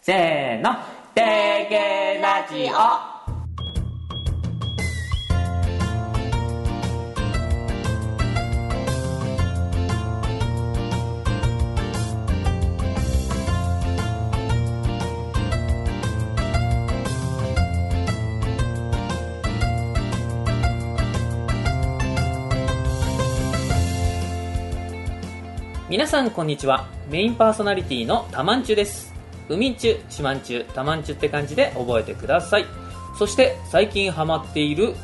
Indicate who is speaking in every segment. Speaker 1: せーの定型ラジオ皆さんこんにちはメインパーソナリティのたまんちゅです海んちゅしまんちゅたまんちゅって感じで覚えてくださいそして最近ハマっている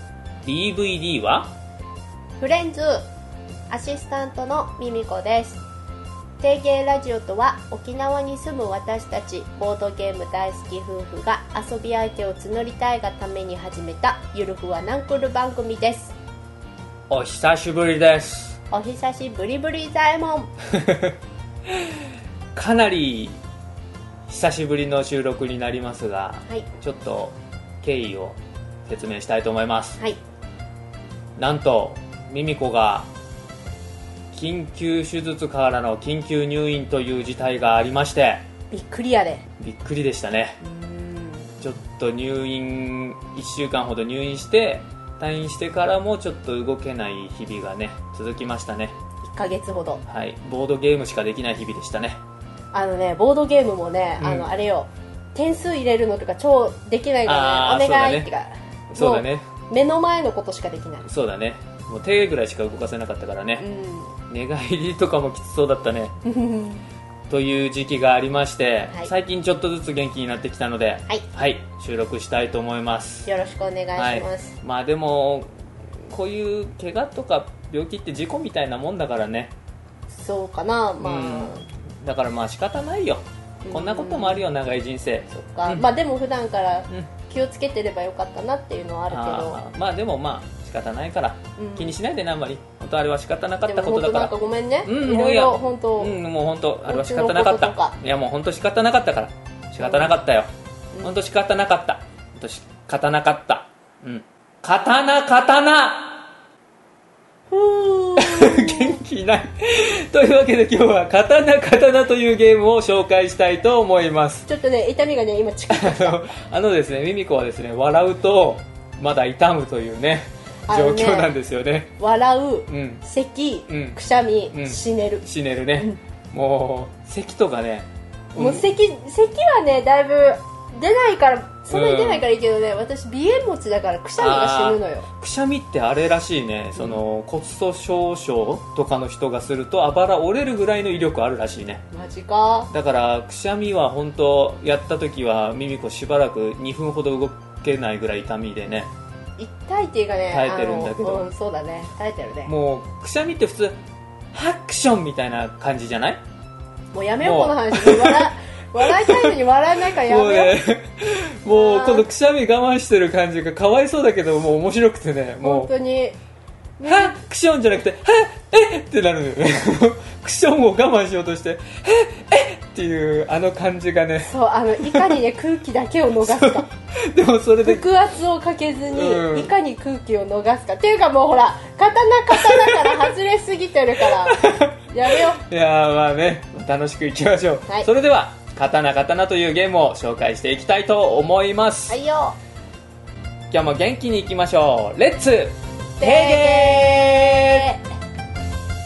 Speaker 1: DVD は
Speaker 2: フレンズアシスタントのミミコです定芸ラジオとは沖縄に住む私たちボードゲーム大好き夫婦が遊び相手を募りたいがために始めたゆるふわナンクル番組です
Speaker 1: お久しぶりです
Speaker 2: お久しぶりぶりざえもん
Speaker 1: かなり久しぶりの収録になりますが
Speaker 2: はい
Speaker 1: ちょっと経緯を説明したいと思います
Speaker 2: はい
Speaker 1: なんとミミコが緊急手術からの緊急入院という事態がありまして
Speaker 2: びっくりやで
Speaker 1: びっくりでしたね
Speaker 2: うーん
Speaker 1: ちょっと入院1週間ほど入院して退院してからもちょっと動けない日々がね続きましたね
Speaker 2: 1ヶ月ほど
Speaker 1: はいボードゲームしかできない日々でしたね
Speaker 2: あのねボードゲームもね、
Speaker 1: うん
Speaker 2: あのあれよ点数入れるのとか超できない
Speaker 1: あー
Speaker 2: からねお願い、っ
Speaker 1: そう
Speaker 2: てか
Speaker 1: そうだね
Speaker 2: 目の前のことしかできない
Speaker 1: そうだねもう手ぐらいしか動かせなかったからね、寝返りとかもきつそうだったね
Speaker 2: うん
Speaker 1: という時期がありまして、
Speaker 2: はい
Speaker 1: 最近ちょっとずつ元気になってきたのでは
Speaker 2: はい
Speaker 1: 収録したいと思います
Speaker 2: よろしくお願いします、
Speaker 1: はい、まあでもこういう怪我とか病気って事故みたいなもんだからね
Speaker 2: そうかなまあ、
Speaker 1: うん、だからまあ仕方ないよ
Speaker 2: うん
Speaker 1: こんなこともあるよ長い人生
Speaker 2: そっか、
Speaker 1: うん
Speaker 2: まあでも普段から
Speaker 1: うん
Speaker 2: 気をつけてればよかったなっていうのはある
Speaker 1: あーまあでもまあ仕方ないから
Speaker 2: けど、うん
Speaker 1: 気にしないでなあんまり本当あれは仕方なかっ
Speaker 2: で
Speaker 1: た
Speaker 2: も
Speaker 1: こと
Speaker 2: 本
Speaker 1: だ
Speaker 2: 当
Speaker 1: か
Speaker 2: なん
Speaker 1: ら
Speaker 2: かごめんね、
Speaker 1: うん
Speaker 2: い
Speaker 1: もうい
Speaker 2: ろ
Speaker 1: い
Speaker 2: い
Speaker 1: や
Speaker 2: ろ本当、
Speaker 1: うんもう本当あれは仕方なかっ
Speaker 2: こっちのこと
Speaker 1: た
Speaker 2: とか
Speaker 1: いやもう本当仕方なかったから仕方なかったよ、
Speaker 2: うん
Speaker 1: 本当仕方なかった本当仕方なかったうん刀刀
Speaker 2: ふー
Speaker 1: 元気ないというわけで今日は「刀刀」というゲームを紹介したいと思います
Speaker 2: ちょっとね痛みがね今チクッ
Speaker 1: あのあのですね、ミミコはですね、笑うと、まだ痛むというね、
Speaker 2: あ
Speaker 1: 状
Speaker 2: のね
Speaker 1: 況なんですよね。
Speaker 2: 笑う、
Speaker 1: うん。
Speaker 2: 咳、
Speaker 1: うん
Speaker 2: くしゃみ、
Speaker 1: うん
Speaker 2: 死ねる、
Speaker 1: 死ねるね。もう、咳とかね。
Speaker 2: もう咳咳はねだいぶ出ないからそんなに出ないからいいけどね、私鼻炎持ちだからくしゃみが死ぬのよ
Speaker 1: くしゃみってあれらしいね、その、骨粗鬆症とかの人がすると、あばら折れるぐらいの威力あるらしいね。
Speaker 2: マジか
Speaker 1: だから、くしゃみは本当、やった時は、ミミコしばらく2分ほど動けないぐらい痛みでね。
Speaker 2: 痛いっていうかね
Speaker 1: 耐えてるんだけど
Speaker 2: あのうん、そうだね耐えてるねも
Speaker 1: もう、くしゃみって普通、ハクションみたいな感じじゃないう
Speaker 2: やめよう
Speaker 1: もう
Speaker 2: この話笑笑いたいのに笑えないからやめ
Speaker 1: もう
Speaker 2: よう
Speaker 1: ね、もう
Speaker 2: あー
Speaker 1: このくしゃみ我慢してる感じがかわいそうだけど、もう面白くてね、
Speaker 2: 本
Speaker 1: も
Speaker 2: 当に
Speaker 1: う、はっ、クションじゃなくて、はっ、えっってなるのよね。クションを我慢しようとして、はっ、えっっていうあの感じがね、
Speaker 2: そうあのいかにね空気だけを逃すか
Speaker 1: でもそれで、
Speaker 2: 腹圧をかけずに、
Speaker 1: うん
Speaker 2: いかに空気を逃すかっていうかもうほら刀刀から外れすぎてるから やめよ
Speaker 1: いやーまあね、楽しくいきましょう。
Speaker 2: はい
Speaker 1: それでは、刀刀というゲームを紹介していきたいと思います。
Speaker 2: うはいよ
Speaker 1: 今日も元気にいきましょう。レッツ、て
Speaker 2: て
Speaker 1: げー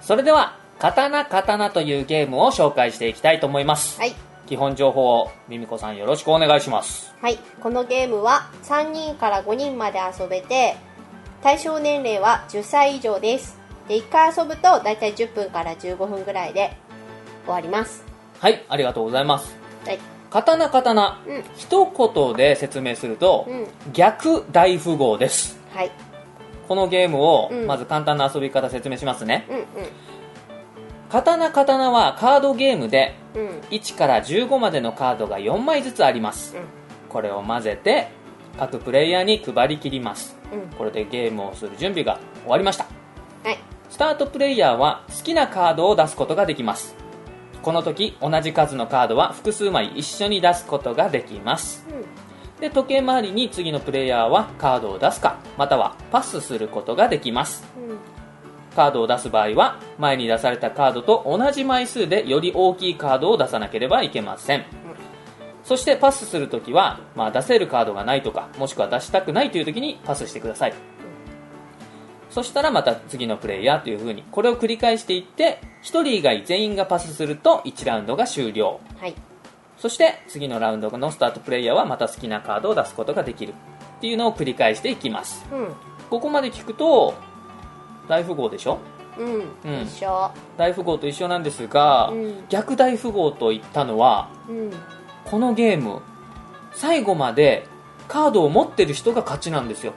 Speaker 1: それでは「刀刀」というゲームを紹介していきたいと思います、
Speaker 2: はい
Speaker 1: 基本情報をミミコさんよろしくお願いします
Speaker 2: はい、このゲームは3人から5人まで遊べて対象年齢は10歳以上ですで1回遊ぶとだいたい10分から15分ぐらいで終わります
Speaker 1: はいありがとうございます
Speaker 2: はい
Speaker 1: 刀刀
Speaker 2: うん
Speaker 1: 一言で説明すると、
Speaker 2: う
Speaker 1: 逆大富豪です
Speaker 2: はい
Speaker 1: このゲームを
Speaker 2: うん
Speaker 1: まず簡単な遊び方説明しますね、
Speaker 2: うん
Speaker 1: 刀刀はカードゲームで
Speaker 2: うんうん
Speaker 1: 1から15までのカードが4枚ずつありますこれを混ぜて各プレイヤーに配り切ります
Speaker 2: うんうん
Speaker 1: これでゲームをする準備が終わりました
Speaker 2: はい
Speaker 1: スタートプレイヤーは好きなカードを出すことができますこの時同じ数のカードは複数枚一緒に出すことができますで時計回りに次のプレイヤーはカードを出すかまたはパスすることができます
Speaker 2: うん
Speaker 1: カードを出す場合は前に出されたカードと同じ枚数でより大きいカードを出さなければいけません、そしてパスするときは、まあ、出せるカードがないとかもしくは出したくないというときにパスしてください、そしたらまた次のプレイヤーというふうにこれを繰り返していって1人以外全員がパスすると1ラウンドが終了
Speaker 2: はい
Speaker 1: そして次のラウンドのスタートプレイヤーはまた好きなカードを出すことができるっていうのを繰り返していきます
Speaker 2: う
Speaker 1: ここまで聞くと大富豪でしょ
Speaker 2: んうん、
Speaker 1: うん
Speaker 2: 一緒
Speaker 1: 大富豪と一緒なんですが、
Speaker 2: うん
Speaker 1: 逆大富豪と言ったのは
Speaker 2: うん
Speaker 1: このゲーム最後までカードを持ってる人が勝ちなんですよ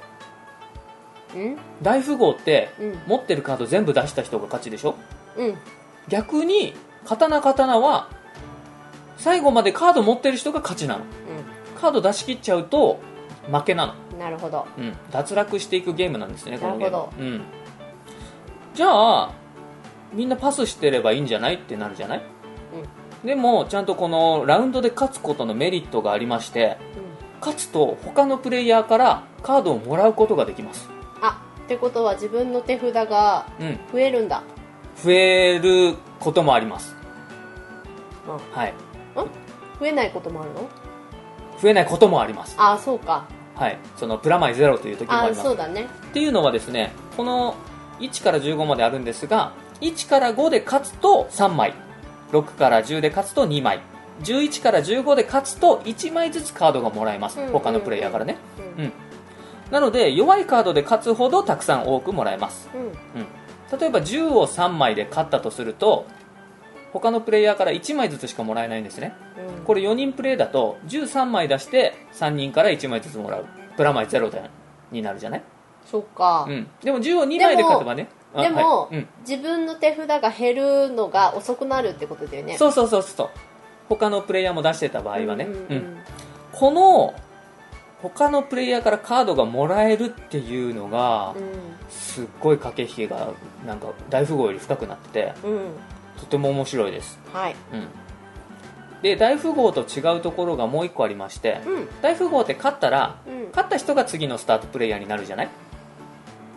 Speaker 2: うん
Speaker 1: 大富豪って
Speaker 2: うん
Speaker 1: 持ってるカード全部出した人が勝ちでしょ
Speaker 2: うん
Speaker 1: 逆に刀刀は最後までカード持ってる人が勝ちなのカード出し切っちゃうと負けなの、
Speaker 2: うんなるほど
Speaker 1: うん、脱落していくゲームなんですねこのゲーム
Speaker 2: なるほ
Speaker 1: うん、じゃあみんなパスしてればいいんじゃないってなるじゃない、でもちゃんとこのラウンドで勝つことのメリットがありまして
Speaker 2: うん
Speaker 1: 勝つと他のプレイヤーからカードをもらうことができます、
Speaker 2: あってことは自分の手札が
Speaker 1: うん、
Speaker 2: 増えるんだ
Speaker 1: 増えることもあります、
Speaker 2: う
Speaker 1: はい、
Speaker 2: 増えないこともあるの
Speaker 1: 増えないこともあります、
Speaker 2: あそうか
Speaker 1: はい、そのプラマイゼロという時もあ
Speaker 2: あ
Speaker 1: ります
Speaker 2: そうだね
Speaker 1: っていうのはですねこの1から15まであるんですが1から5で勝つと3枚6から10で勝つと2枚11から15で勝つと1枚ずつカードがもらえます、
Speaker 2: うん
Speaker 1: 他のプレイヤーからね
Speaker 2: うん
Speaker 1: なので弱いカードで勝つほどたくさん多くもらえます
Speaker 2: うん
Speaker 1: 例えば10を3枚で勝ったとすると他のプレイヤーから1枚ずつしかもらえないんですね
Speaker 2: うん
Speaker 1: これ4人プレイだと13枚出して3人から1枚ずつもらうプラマイゼロでになるじゃない
Speaker 2: そうか、
Speaker 1: うん、でも10を2枚で勝てばねあ
Speaker 2: で
Speaker 1: は
Speaker 2: も、
Speaker 1: いうん
Speaker 2: 自分の手札が減るのが遅くなるってことだよね
Speaker 1: そうそうそうそう他のプレイヤーも出してた場合はね、
Speaker 2: う
Speaker 1: うんん
Speaker 2: うんうん
Speaker 1: この他のプレイヤーからカードがもらえるっていうのが、すっごい駆け引きがなんか大富豪より深くなってて
Speaker 2: うん、うん
Speaker 1: とても面白いです、
Speaker 2: はい
Speaker 1: うん、で大富豪と違うところがもう一個ありまして、
Speaker 2: うん
Speaker 1: 大富豪って勝ったら
Speaker 2: うん
Speaker 1: 勝った人が次のスタートプレイヤーになるじゃない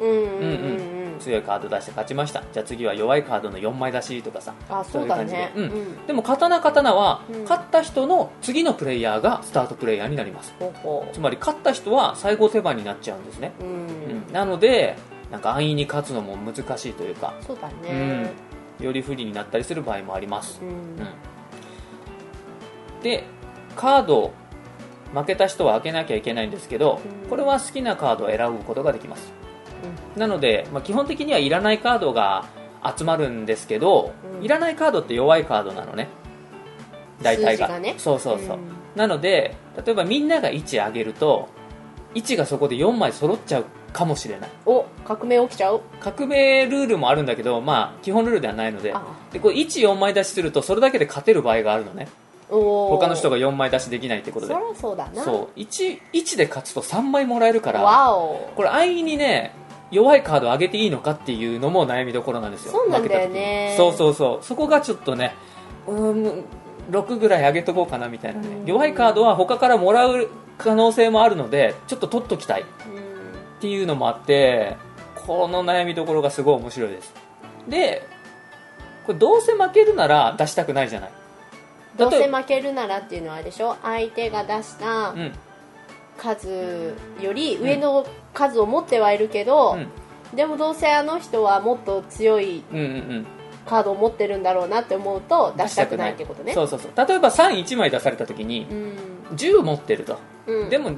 Speaker 2: うんうんう
Speaker 1: うん
Speaker 2: んうん
Speaker 1: 強いカード出して勝ちましたじゃあ次は弱いカードの4枚出しとかさ
Speaker 2: あそうだね
Speaker 1: そういう感じでうん
Speaker 2: ん
Speaker 1: でも刀刀は
Speaker 2: うん
Speaker 1: 勝った人の次のプレイヤーがスタートプレイヤーになります
Speaker 2: ほうほ
Speaker 1: つまり勝った人は最後手番になっちゃうんですね、
Speaker 2: ううん、
Speaker 1: うんなのでなんか安易に勝つのも難しいというか
Speaker 2: そうだね
Speaker 1: より不利になったりする場合もあります
Speaker 2: う、ん
Speaker 1: うんでカードを負けた人は開けなきゃいけないんですけど
Speaker 2: うん
Speaker 1: これは好きなカードを選ぶことができますなので、まあ、基本的にはいらないカードが集まるんですけど、
Speaker 2: うん
Speaker 1: いらないカードって弱いカードなのね大体が
Speaker 2: 数字がね
Speaker 1: そうそうそう、
Speaker 2: ん
Speaker 1: なので例えばみんなが1上げると1がそこで4枚揃っちゃうかもしれない
Speaker 2: お革命起きちゃう
Speaker 1: 革命ルールもあるんだけど、まあ、基本ルールではないので
Speaker 2: あ
Speaker 1: でこれ14枚出しするとそれだけで勝てる場合があるのね
Speaker 2: お
Speaker 1: 他の人
Speaker 2: が
Speaker 1: が4枚出しできないってこと
Speaker 2: そ
Speaker 1: で
Speaker 2: りゃそうだな
Speaker 1: そう 1, 1で勝つと3枚もらえるから
Speaker 2: わお
Speaker 1: これ安易にね弱いカード上げていいのかっていうのも悩みどころなんですよ
Speaker 2: そうなんだよね
Speaker 1: 負けた時にそうそうそうそこがちょっとねうーん6ぐらい上げとこうかなみたいなね、
Speaker 2: うん
Speaker 1: 弱いカードは他からもらう可能性もあるのでちょっと取っときたい
Speaker 2: うん
Speaker 1: っていうのもあってこの悩みどころがすごい面白いですでこれどうせ負けるなら出したくないじゃない
Speaker 2: どうせ
Speaker 1: 例えば
Speaker 2: 負けるならっていうのはあれでしょ相手が出した
Speaker 1: うん
Speaker 2: 数より上の数を持ってはいるけど、でもどうせあの人はもっと強い
Speaker 1: うんうんうん
Speaker 2: カードを持ってるんだろうなって思うと出したくないってことね
Speaker 1: そうそうそう例えば31枚出された時に
Speaker 2: うん
Speaker 1: 10持ってると、
Speaker 2: うん
Speaker 1: でも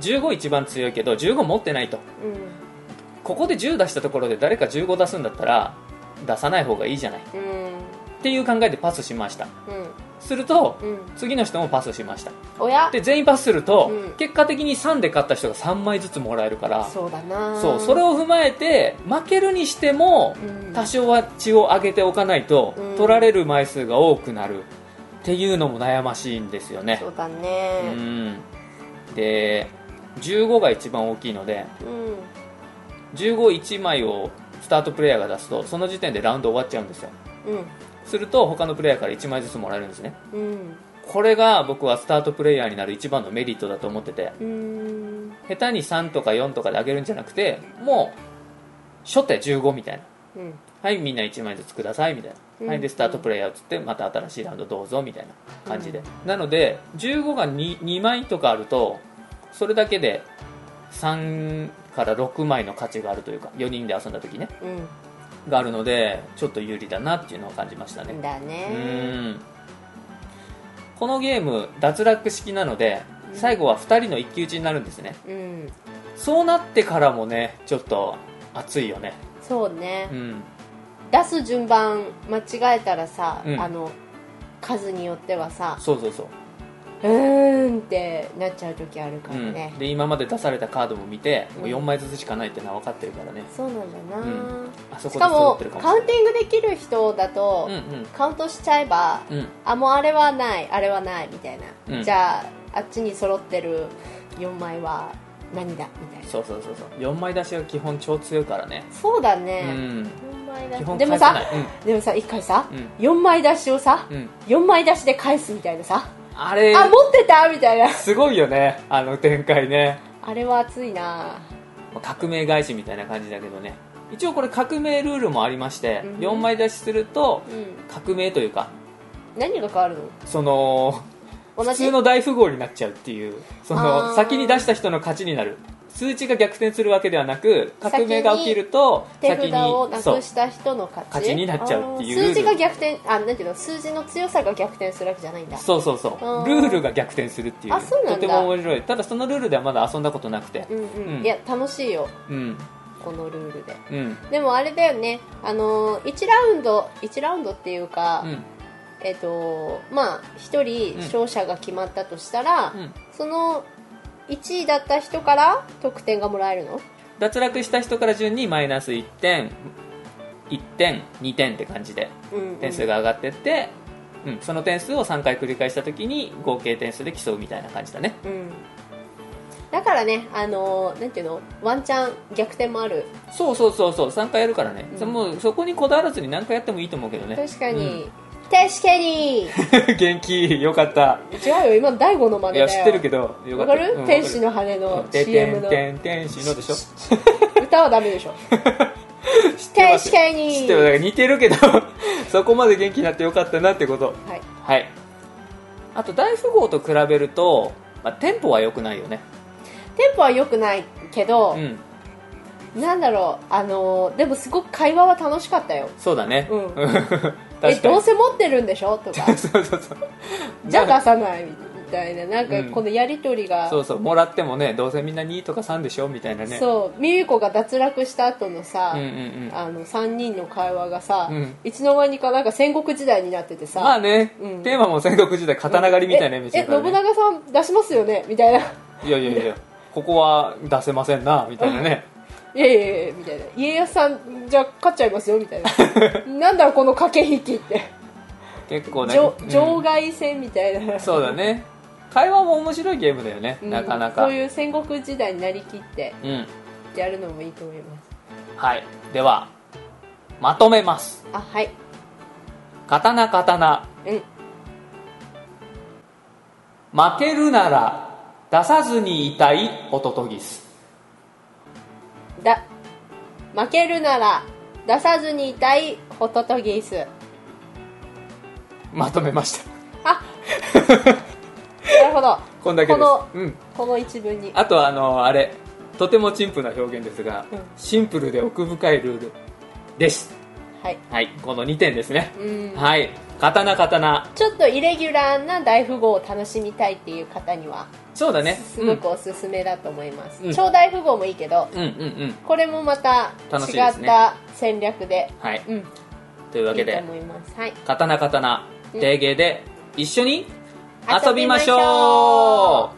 Speaker 1: 15一番強いけど15持ってないとここで10出したところで誰か15出すんだったら出さない方がいいじゃないっ
Speaker 2: うんうん
Speaker 1: ていう考えでパスしました
Speaker 2: うん
Speaker 1: すると
Speaker 2: うん
Speaker 1: 次の人もパスしました
Speaker 2: おや
Speaker 1: で全員パスすると、
Speaker 2: うん
Speaker 1: 結果的に3で勝った人が3枚ずつもらえるから
Speaker 2: そうだな
Speaker 1: そうそれを踏まえて負けるにしても
Speaker 2: うん
Speaker 1: 多少は血を上げておかないと、
Speaker 2: うん
Speaker 1: 取られる枚数が多くなるっていうのも悩ましいんですよね
Speaker 2: そうだ
Speaker 1: う
Speaker 2: ね
Speaker 1: んで15が一番大きいので
Speaker 2: うん
Speaker 1: 151枚をスタートプレイヤーが出すとその時点でラウンド終わっちゃうんですよ
Speaker 2: うん
Speaker 1: すると他のプレイヤーから1枚ずつもらえるんですね
Speaker 2: うん
Speaker 1: これが僕はスタートプレイヤーになる一番のメリットだと思ってて
Speaker 2: うーん
Speaker 1: 下手に3とか4とかで上げるんじゃなくてもう初手15みたいな
Speaker 2: うん
Speaker 1: はいみんな1枚ずつくださいみたいな、
Speaker 2: うん
Speaker 1: はいでスタートプレイヤーをつってまた新しいラウンドどうぞみたいな感じで、なので15が 2, 2枚とかあるとそれだけで3から6枚の価値があるというか4人で遊んだ時ね
Speaker 2: う
Speaker 1: があるのでちょっと有利だなっていうのを感じましたね
Speaker 2: んだ
Speaker 1: う
Speaker 2: ね
Speaker 1: んこのゲーム脱落式なので
Speaker 2: うん
Speaker 1: 最後は2人の一騎打ちになるんですね
Speaker 2: うん
Speaker 1: そうなってからもねちょっと熱いよね
Speaker 2: そうね
Speaker 1: うん
Speaker 2: 出す順番間違えたらさ
Speaker 1: うん
Speaker 2: あの数によってはさ
Speaker 1: そうそうそう
Speaker 2: うーんってなっちゃう時あるから
Speaker 1: うん
Speaker 2: ね
Speaker 1: で今まで出されたカードも見て、もう
Speaker 2: うん
Speaker 1: 4枚ずつしかないってのは分かってるからね
Speaker 2: そうなんだな
Speaker 1: うんあそ
Speaker 2: し
Speaker 1: こで
Speaker 2: か
Speaker 1: 揃
Speaker 2: も
Speaker 1: ってるかも
Speaker 2: カウ
Speaker 1: し
Speaker 2: ンティングできる人だと
Speaker 1: れない
Speaker 2: カウントしちゃえば
Speaker 1: うんうんうん
Speaker 2: あもうあれはないあれはないみたいな、
Speaker 1: うん
Speaker 2: じゃああっちに揃ってる4枚は何だみたいな
Speaker 1: そうそうそうそう4枚出しは基本超強いからね
Speaker 2: そうだ
Speaker 1: う
Speaker 2: ね、
Speaker 1: ん
Speaker 2: 4枚出
Speaker 1: 基
Speaker 2: し
Speaker 1: 本
Speaker 2: でも
Speaker 1: 返さない
Speaker 2: さでもさ一回さ、
Speaker 1: うん
Speaker 2: 4枚出しをさ
Speaker 1: うんうん
Speaker 2: 4枚出しで返すみたいなさ、
Speaker 1: あれ
Speaker 2: あ持ってたみたいな
Speaker 1: すごいよねあの展開ね
Speaker 2: あれは熱いな
Speaker 1: 革命返しみたいな感じだけどね一応これ革命ルールもありまして、
Speaker 2: うん
Speaker 1: 4枚出しすると
Speaker 2: うん
Speaker 1: 革命というか
Speaker 2: 何が変わるの
Speaker 1: その
Speaker 2: 同
Speaker 1: 普
Speaker 2: じ
Speaker 1: 通の大富豪になっちゃうっていうそ
Speaker 2: あー
Speaker 1: の先に出した人の勝ちになる数値が逆転するわけではなく革命が起きると
Speaker 2: 手札をな
Speaker 1: そ
Speaker 2: く
Speaker 1: う
Speaker 2: した人の勝ち
Speaker 1: 勝ちになっちゃうっていう
Speaker 2: あー
Speaker 1: ルー
Speaker 2: 数
Speaker 1: ル
Speaker 2: 字が逆転あなんていうの数字の強さが逆転するわけじゃないんだ
Speaker 1: そうそうそう
Speaker 2: あー
Speaker 1: ルールが逆転するっていう
Speaker 2: あそうな
Speaker 1: と
Speaker 2: んだ
Speaker 1: ても面白いただそのルールではまだ遊んだことなくて
Speaker 2: うんうん、
Speaker 1: うん
Speaker 2: いや楽しいよ
Speaker 1: うん
Speaker 2: このルールで
Speaker 1: うん
Speaker 2: でもあれだよね、あのー、1ラウンド1ラウンドっていうか、
Speaker 1: うん
Speaker 2: えっ、とまあ1人
Speaker 1: うん
Speaker 2: 勝者が決まったとしたら、
Speaker 1: うん
Speaker 2: その1位だった人から得点がもらえるの
Speaker 1: 脱落した人から順にマイナス1点1点2点って感じで
Speaker 2: うん、うん、
Speaker 1: 点数が上がってって、うん、その点数を3回繰り返した時に合計点数で競うみたいな感じだね
Speaker 2: うんだからね、あのーなんていうのワンチャン逆転もある
Speaker 1: そうそうそうそう3回やるからね、
Speaker 2: うん
Speaker 1: そもうそこにこだわらずに何回やってもいいと思うけどね
Speaker 2: 確かに、確かに
Speaker 1: 元気よかった
Speaker 2: 違うよ今第5の真
Speaker 1: い
Speaker 2: 似だよ
Speaker 1: や知ってるけどよか
Speaker 2: わ
Speaker 1: った
Speaker 2: かる、
Speaker 1: うん
Speaker 2: 天使の羽
Speaker 1: わ
Speaker 2: の
Speaker 1: かる
Speaker 2: CM
Speaker 1: うん
Speaker 2: の
Speaker 1: 天天天使のでしょ
Speaker 2: 歌はダメで しょ
Speaker 1: ます
Speaker 2: 確かに
Speaker 1: 知ってるだから似てる けどそこまで元気になってよかったなってこと
Speaker 2: はい
Speaker 1: はいあと大富豪と比べると、まあ、テンポは良くないよね
Speaker 2: テンポは良くないけど、
Speaker 1: うん
Speaker 2: なんだろうあのーでもすごく会話は楽しかったよ
Speaker 1: そうだね
Speaker 2: うん
Speaker 1: 確かに
Speaker 2: えどうせ持ってるんでしょとか
Speaker 1: そうそうそう
Speaker 2: じゃあ出さないみたいななんか
Speaker 1: うん
Speaker 2: このやり取りが、
Speaker 1: そうそうもらってもねどうせみんな2とか3でしょみたいなね
Speaker 2: そうミミコが脱落した後のさ、
Speaker 1: うんうんうん
Speaker 2: あの3人の会話がさ、
Speaker 1: うん
Speaker 2: いつの間にかなんか戦国時代になっててさ、
Speaker 1: まあね、
Speaker 2: うん
Speaker 1: テーマも戦国時代刀狩りみたいなイメージだ
Speaker 2: ええ
Speaker 1: から
Speaker 2: 信
Speaker 1: ね
Speaker 2: 長さん出しますよねみたいない
Speaker 1: いやいやいやここは出せませんなみたいなね
Speaker 2: やいやいやみたいな家康さんじゃ勝っちゃいますよみたい ななんだろうこの駆け引きって
Speaker 1: 結構ね
Speaker 2: 場
Speaker 1: うん
Speaker 2: 場外戦みたいな、
Speaker 1: そうだね会話も面白いゲームだよね、
Speaker 2: うん
Speaker 1: なかなか
Speaker 2: こういう戦国時代になりきって
Speaker 1: うん
Speaker 2: やるのもいいと思います
Speaker 1: はいではまとめます
Speaker 2: あはい
Speaker 1: 刀刀
Speaker 2: うん
Speaker 1: 負けるなら出さずにいたいホトトギス
Speaker 2: だ負けるなら出さずにいたいホトトギス
Speaker 1: まとめました
Speaker 2: あなるほど
Speaker 1: こんだけです
Speaker 2: こ
Speaker 1: うん、
Speaker 2: この一文に
Speaker 1: あとはあのあれとても陳腐な表現ですが、
Speaker 2: うん
Speaker 1: シンプルで奥深いルールです
Speaker 2: はい
Speaker 1: はいこの2点ですね、
Speaker 2: うん
Speaker 1: はい刀刀
Speaker 2: ちょっとイレギュラーな大富豪を楽しみたいっていう方には
Speaker 1: そうだね
Speaker 2: すごくおすすめだと思います、
Speaker 1: うん
Speaker 2: 超大富豪もいいけど
Speaker 1: うん、うんうんうん
Speaker 2: これもまた
Speaker 1: 楽しい
Speaker 2: 違
Speaker 1: で
Speaker 2: っ
Speaker 1: すね
Speaker 2: た戦略で
Speaker 1: はい
Speaker 2: うん
Speaker 1: というわ
Speaker 2: い
Speaker 1: け
Speaker 2: いと
Speaker 1: で
Speaker 2: 思いますはい
Speaker 1: 刀刀
Speaker 2: うん
Speaker 1: 定芸で一緒に遊
Speaker 2: 遊
Speaker 1: び
Speaker 2: び
Speaker 1: ま
Speaker 2: ま
Speaker 1: し
Speaker 2: し
Speaker 1: ょ
Speaker 2: ょ
Speaker 1: う
Speaker 2: う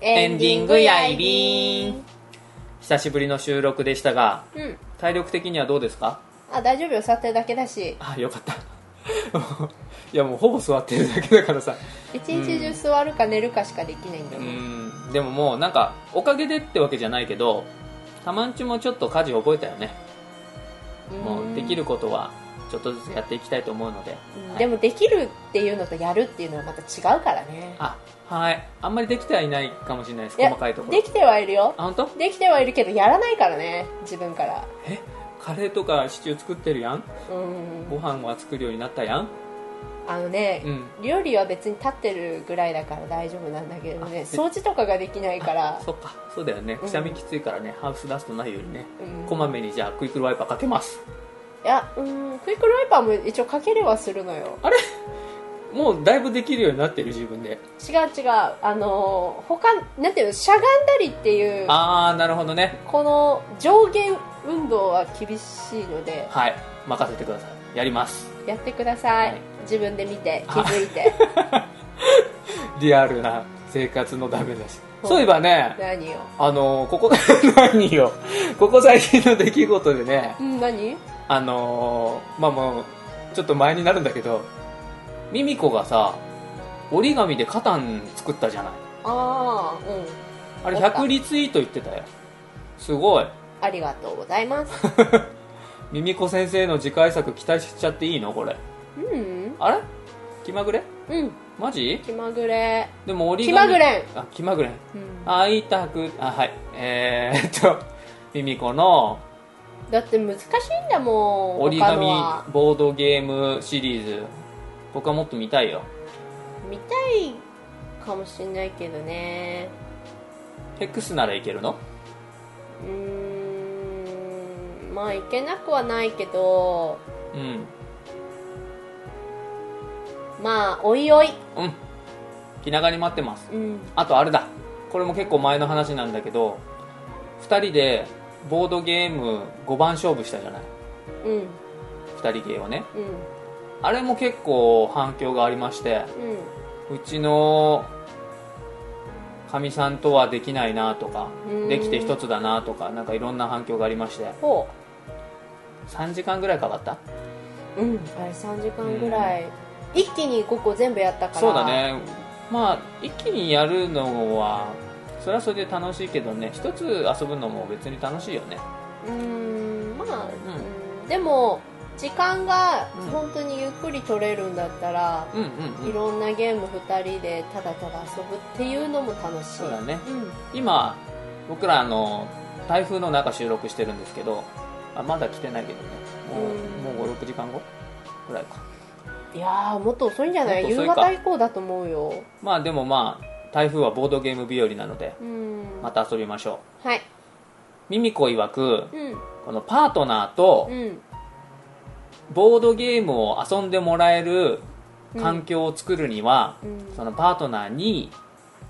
Speaker 1: エンディングやいびん久しぶりの収録でしたが
Speaker 2: うん
Speaker 1: 体力的にはどうですか
Speaker 2: あ大丈夫よ座ってるだけだし
Speaker 1: あよかった いやもうほぼ座ってるだけだからさ
Speaker 2: 一日中座るか寝るかしかできないんだ
Speaker 1: う
Speaker 2: もん、
Speaker 1: んでももうなんかおかげでってわけじゃないけどたまんちもちょっと家事覚えたよねもうできることはちょっとずつやっていきたいと思うので、
Speaker 2: うん、
Speaker 1: はい
Speaker 2: でもできるっていうのとやるっていうのはまた違うからね
Speaker 1: あはいあんまりできてはいないかもしれないです
Speaker 2: いや
Speaker 1: 細かいところ
Speaker 2: できてはいるよ
Speaker 1: あ本当？
Speaker 2: できてはいるけどやらないからね自分から
Speaker 1: カレーとかシチュー作ってるやん
Speaker 2: うん
Speaker 1: ご飯は作るようになったやん
Speaker 2: あのね、
Speaker 1: うん
Speaker 2: 料理は別に立ってるぐらいだから大丈夫なんだけどね掃除とかができないから、
Speaker 1: そっかそうだよね
Speaker 2: うん
Speaker 1: くしゃみきついからね、ハウスダストないようにね
Speaker 2: うん
Speaker 1: こまめにじゃあクイックルワイパーかけます
Speaker 2: いやうんクイックルワイパーも一応かければするのよ
Speaker 1: もうだいぶできるようになってる自分で
Speaker 2: 違う違うあのー他なんていうのしゃがんだりっていう
Speaker 1: ああなるほどね
Speaker 2: この上下運動は厳しいので
Speaker 1: はい任せてくださいやります
Speaker 2: やってください、
Speaker 1: はい
Speaker 2: 自分で見て気
Speaker 1: あ
Speaker 2: づい て
Speaker 1: リアルな生活のダメ出し
Speaker 2: うん
Speaker 1: そういえばね
Speaker 2: 何よ
Speaker 1: あのーここ何よ ここ最近の出来事でね
Speaker 2: うん何
Speaker 1: あのーまあもうちょっと前になるんだけどミミコがさ折り紙でカタン作ったじゃない
Speaker 2: ああ
Speaker 1: あ
Speaker 2: うん
Speaker 1: れ
Speaker 2: 折った
Speaker 1: 100リツイート言ってたよすごい
Speaker 2: ありがとうございます
Speaker 1: ミミコ先生の次回作期待しちゃっていいのこれ
Speaker 2: うん
Speaker 1: あれ気まぐれ
Speaker 2: うん
Speaker 1: マジ
Speaker 2: 気まぐれ
Speaker 1: でも折り
Speaker 2: 気
Speaker 1: 紙
Speaker 2: まぐれん、
Speaker 1: あ気まぐれん
Speaker 2: うん
Speaker 1: 会いたくあはいえー、っとミミコの
Speaker 2: だって難しいんだもん
Speaker 1: 折り
Speaker 2: 他
Speaker 1: 紙
Speaker 2: のは
Speaker 1: ボードゲームシリーズ僕はもっと見たいよ
Speaker 2: 見たいかもしんないけどね
Speaker 1: ヘックスならいけるの
Speaker 2: うーんまあいけなくはないけど
Speaker 1: うん
Speaker 2: まあおいおい
Speaker 1: うん気長に待ってます
Speaker 2: うん
Speaker 1: あとあれだこれも結構前の話なんだけど2人でボードゲーム5番勝負したじゃない
Speaker 2: うん
Speaker 1: 2人ゲーをね
Speaker 2: うん
Speaker 1: あれも結構反響がありまして
Speaker 2: うん
Speaker 1: うちのかみさんとはできないなとか
Speaker 2: うん
Speaker 1: できて一つだなとかなんかいろんな反響がありまして
Speaker 2: ほ
Speaker 1: 3時間ぐらいかかった
Speaker 2: ううんあれ3時間ぐらい、一気に5個全部やったから
Speaker 1: そうだねまあ一気にやるのはそれはそれで楽しいけどね一つ遊ぶのも別に楽しいよね
Speaker 2: うーんまあ、
Speaker 1: うん
Speaker 2: うんでも時間が
Speaker 1: うん
Speaker 2: 本当にゆっくり取れるんだったら、
Speaker 1: うんうん
Speaker 2: い
Speaker 1: うん
Speaker 2: ろんなゲーム2人でただただ遊ぶっていうのも楽しい
Speaker 1: そうだね
Speaker 2: うん
Speaker 1: 今僕らあの台風の中収録してるんですけどあまだ来てないけどねもうもう56時間後ぐらいか
Speaker 2: いやーもっと遅いんじゃない
Speaker 1: もっと
Speaker 2: 夕
Speaker 1: 遅いか
Speaker 2: 方以降だと思うよ
Speaker 1: まあでもまあ台風はボードゲーム日和なので
Speaker 2: うん
Speaker 1: また遊びましょ
Speaker 2: はい。
Speaker 1: うミミコ曰く
Speaker 2: うん。
Speaker 1: このパートナーと
Speaker 2: うん。
Speaker 1: ボードゲームを遊んでもらえる環境を作るには、
Speaker 2: うん
Speaker 1: そのパートナーに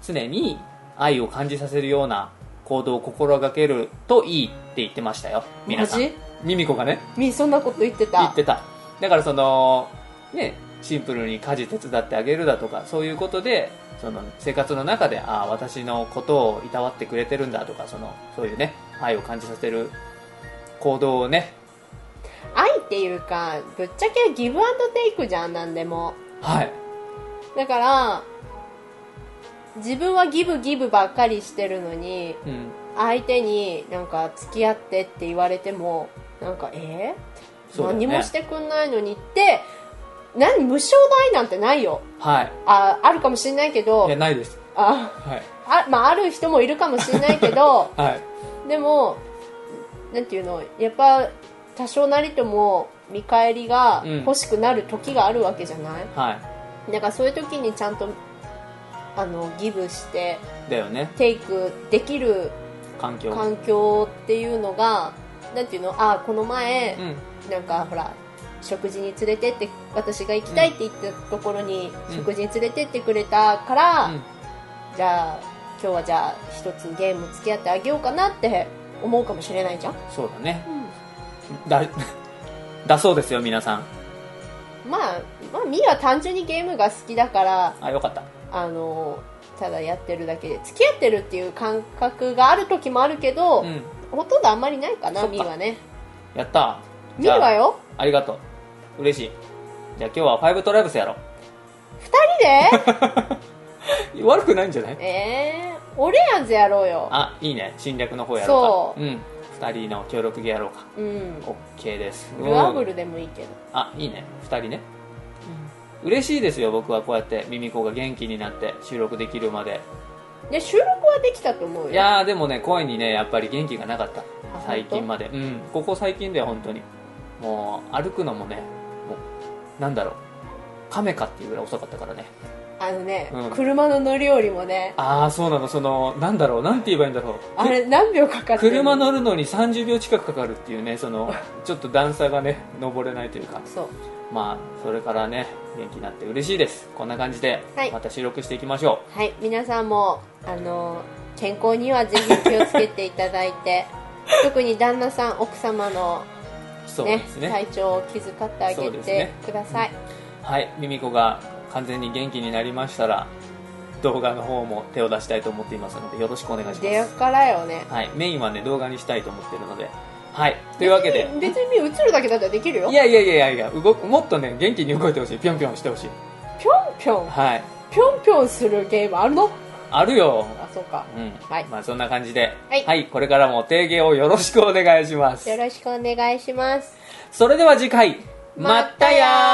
Speaker 1: 常に愛を感じさせるような行動を心がけるといいって言ってましたよ皆さ
Speaker 2: マ
Speaker 1: ん
Speaker 2: ジ
Speaker 1: ミミコがね
Speaker 2: み、そんなこと言ってた。
Speaker 1: 言ってただからそのねシンプルに家事手伝ってあげるだとかそういうことでその生活の中でああ私のことをいたわってくれてるんだとかそのそういうね愛を感じさせる行動をね
Speaker 2: 愛っていうか、ぶっちゃけギブアンドテイクじゃん、なんでも。
Speaker 1: はい
Speaker 2: だから、自分はギブギブばっかりしてるのに、
Speaker 1: うん
Speaker 2: 相手になんか付き合ってって言われても、なんか、えー
Speaker 1: そうだよね
Speaker 2: 何もしてくんないのにって、何、無償の愛なんてないよ。
Speaker 1: はい
Speaker 2: あ、あるかもしんないけ
Speaker 1: い
Speaker 2: ど
Speaker 1: や、ないです
Speaker 2: あ、
Speaker 1: はい
Speaker 2: あ、まあ、ある人もいるかもしんないけど、
Speaker 1: はい
Speaker 2: でもなんていうのやっぱ多少なりとも見返りが
Speaker 1: うん
Speaker 2: 欲しくなる時があるわけじゃない、
Speaker 1: は
Speaker 2: だからそういう時にちゃんとあのギブして
Speaker 1: いだよね
Speaker 2: テイクできる
Speaker 1: 環境
Speaker 2: 環境っていうのがなんていうのあこの前
Speaker 1: う、ん
Speaker 2: なんかほら食事に連れてって私が行きたいって言ったところに、
Speaker 1: うん
Speaker 2: 食事に連れてってくれたから、
Speaker 1: うん
Speaker 2: じゃあ今日はじゃあ一つゲーム付き合ってあげようかなって思うかもしれないじゃん、
Speaker 1: そうだねだ だそうですよ皆さん
Speaker 2: まあ、まあ、ミーは単純にゲームが好きだから、
Speaker 1: あよかった
Speaker 2: あの、ただやってるだけで、付き合ってるっていう感覚がある時もあるけど、
Speaker 1: うん
Speaker 2: ほとんどあんまりないかな、
Speaker 1: そっか
Speaker 2: ミーはね。
Speaker 1: やった
Speaker 2: ミーは
Speaker 1: よ
Speaker 2: よ、
Speaker 1: ありがとう嬉しいじゃあ今日はファイブトライブスやろ
Speaker 2: 二人で
Speaker 1: う 悪くないんじゃない
Speaker 2: えー、オレアンズやろうよ
Speaker 1: あいいね侵略の方やろうか、
Speaker 2: そう
Speaker 1: ん、2人の協力ゲーやろうか
Speaker 2: うん
Speaker 1: オッケーです
Speaker 2: ルアブ
Speaker 1: うん
Speaker 2: ルでもいいけど、
Speaker 1: あいいね2人ね嬉しいですよ僕はこうやってミミコが元気になって収録できるまで
Speaker 2: いや収録はできたと思うよ
Speaker 1: いやーでもね声にねやっぱり元気がなかった
Speaker 2: あ
Speaker 1: 最近までうんここ最近では本当にもう歩くのもねもうなんだろう亀かっていうぐらい遅かったからね
Speaker 2: あのね、
Speaker 1: うん
Speaker 2: 車の乗り降りもね
Speaker 1: ああそうなのそのなんだろうなんて言えばいいんだろう
Speaker 2: あれ何秒かかってる
Speaker 1: 車乗るのに30秒近くかかるっていうねそのちょっと段差がね登れないというか
Speaker 2: そう
Speaker 1: まあそれからね元気になって嬉しいですこんな感じで
Speaker 2: はい
Speaker 1: また収録していきましょ
Speaker 2: はい皆さんもあの健康にはぜひ気をつけていただい て特に旦那さん奥様の、
Speaker 1: う、そう
Speaker 2: ね
Speaker 1: ですね
Speaker 2: 体調を気遣ってあ
Speaker 1: そ
Speaker 2: げ
Speaker 1: うです
Speaker 2: て
Speaker 1: ね
Speaker 2: ください、
Speaker 1: はいミミコが完全に元気になりましたら動画の方も手を出したいと思っていますのでよろしくお願いし
Speaker 2: 出
Speaker 1: ま
Speaker 2: 役
Speaker 1: す
Speaker 2: からよね
Speaker 1: はいメインはね動画にしたいと思ってるのではいというわけで
Speaker 2: 別に映るだけだったらできるよ
Speaker 1: いやいやいやいやいや動くもっとね元気に動いてほしいぴょんぴょんしてほしい
Speaker 2: ぴょんぴょん
Speaker 1: はい
Speaker 2: ぴょんぴょんするゲームあるの
Speaker 1: あるよ
Speaker 2: あそうか
Speaker 1: うん
Speaker 2: はい
Speaker 1: まあそんな感じで、
Speaker 2: はい
Speaker 1: これからも提言をよろしくお願いします
Speaker 2: よろしくお願いします
Speaker 1: それでは次回
Speaker 2: まったやー